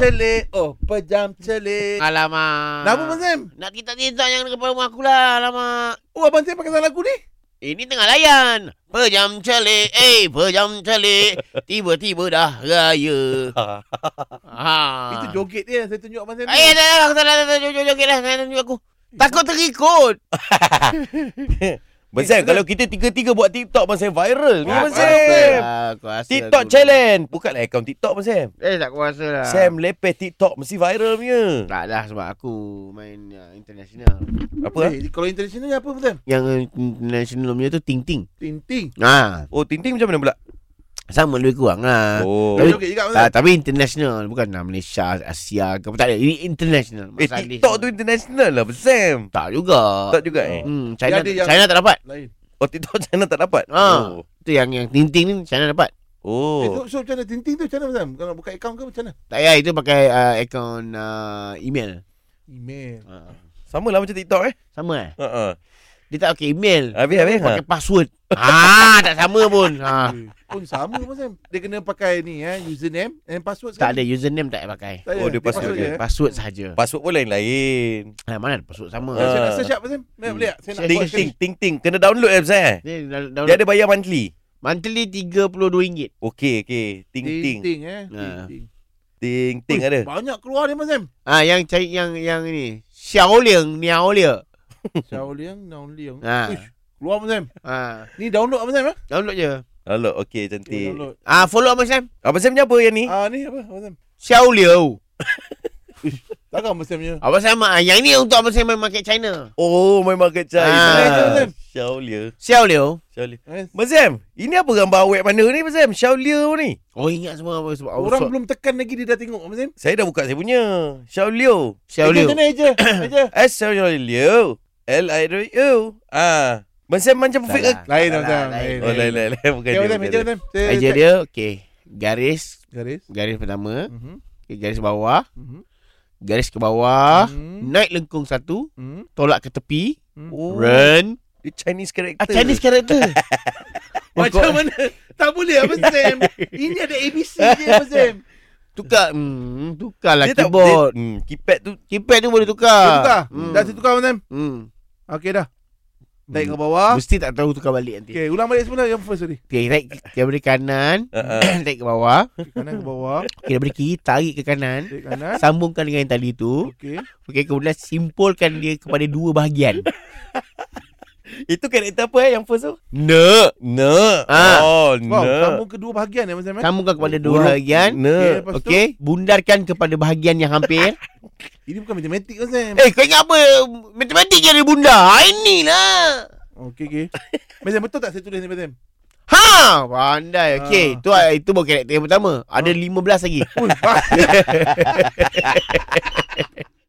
celik. Oh, pejam Ah. celik. Alamak. Lama Abang Sam. Nak tinta-tinta yang dekat rumah aku lah. Alamak. Oh, Abang Sam pakai salah lagu ni. Ini tengah layan. Pejam celik. Eh, pejam celik. Tiba-tiba dah raya. ha. Itu joget dia. Saya tunjuk Abang Sam. Eh, dah, dah. Aku tak nak joget lah. Saya tunjuk aku. Takut terikut. Abang Eh, Sam, kalau kita tiga-tiga buat TikTok, Abang Sam viral. Ya, Abang Aku rasa Sam. Aku rasa TikTok aku- challenge. Bukanlah akaun TikTok, Abang Sam. Eh, tak kuasa Ah. lah. Sam lepeh TikTok mesti viral punya. Tak lah sebab aku main uh, international. Apa? ah? Eh, kalau international ni apa Abang Sam? Yang international punya tu Ting Ting. Ting-ting. Ha, Oh, Tinting macam mana pula? sama lebih kurang lah. Ah. Oh. Dia joget juga Abang Sam. Ah, tapi international bukan ah, Malaysia, Asia ke apa tak ada. Ini international. Eh, Mas Ali TikTok sama. tu international lah, Abang Sam. tak juga. Tak juga eh? Hmm, China Dia ada yang- China tak dapat. Lain. Oh, TikTok China tak dapat? Ah. Tu yang yang Ting Ting ni China dapat. Oh. Eh, Oh. so, so macam mana? Ting-ting tu macam mana Abang Sam? Kalau buka akaun ke macam mana? Tak payah itu pakai uh, akaun uh, email. Email. Uh, Sama lah macam TikTok eh. sama eh? Ha ah. Dia tak pakai email. Habis habis. Ha. Pakai password. ah, tak sama pun. Ha. Eh, Pun sama Abang Sam. Dia kena pakai ni ya, username and password Tak ada sekali. username tak payah pakai. Tak ada. Oh, dia password password dia. je, eh. Password sahaja. Password pun lain-lain. Ha, mana ada password sama. Ah. Saya nak search apa Sam? Boleh boleh tak? Saya nak Ting buat ting ting ting. Kena download eh Abang Sam. eh? Dia, Dia ada bayar monthly. Monthly RM32. Okey okey. Ting ting. Ting-ting eh. Ha. Ting-ting. Ting ting Ui, ada. Banyak keluar ni Abang Sam. Ah yang cari yang yang ni. Xiaoling, Niaolia. Xiao Liang, Nao Liang. Ha. Uish, Keluar Abang Sam. Ah, Ni download Abang Sam eh? download je. Download okey cantik. Download. Ah follow Abang Sam. Abang Sam punya apa yang ni? Ah ni apa Abang Sam? Xiaoliu. Takkan Abang Sam punya. Abang Sam ah, yang ni untuk Abang Sam main market China. Oh, memang kecai. Ah. Syaulia. Xiaoliu. Syaulia. Eh, Abang Sam, ini apa gambar awet mana ni Abang Sam? Syaulia ni. Oh ingat semua apa sebab Orang belum tekan lagi dia dah tengok Abang Sam. Saya dah buka saya punya. Syaulia. Eja Xiaoliu. macam mana Eja? Eja. S Syaulia. L I R U. Ah. Abang Sam macam Tak fake. lah, Lain tak Abang lah, Sam. Lain. Oh, lain lain lain bukan Okay, dia. Abang Sam, bukan Eja dia. Abang Sam. Saya Aja tekan. dia okey. Garis Garis. garis pertama, Mhm. okay, garis bawah, Mhm. garis ke bawah, Mhm. naik lengkung satu, Mhm. tolak ke tepi, Mhm. Oh, run. dia Chinese character. Ah Chinese character. Macam mana? Tak boleh Abang Sam. Ini ada ABC je Abang Sam. Tukar hmm, Tukarlah dia tak dia, keyboard hmm, keypad tu Keypad tu boleh Dah tukar tukar. hmm. Dah saya tukar Abang Sam. hmm. Okey dah. Naik ke Hmm. bawah. Mesti tak tahu tukar balik nanti okay. Ah. Okey, ulang balik semula yang first tadi. okay naik Daripada kanan uh-uh. Naik ke bawah Okey, Kanan ke bawah, okay, Daripada kiri Tarik ke kanan kiri kanan. Sambungkan dengan yang tadi tu Okey. okay, Kemudian simpulkan dia Kepada dua bahagian Itu karakter apa eh yang first tu? Ne Ne. Ah. Oh, Wow, ne. sambung ke dua bahagian ya Abang Sam. eh? Sambungkan kepada dua Huruf bahagian Ne. Okey, lepas tu Okey Bundarkan kepada bahagian yang hampir ini bukan matematik Abang Sam. Eh kau ingat apa Matematik je ada bundar Ah, Inilah Okey okey. Abang Sam betul tak saya tulis ni Abang Sam? Ha Pandai Okey Ah. Itu itu baru karakter yang pertama Ada 15 lagi Ui, bah.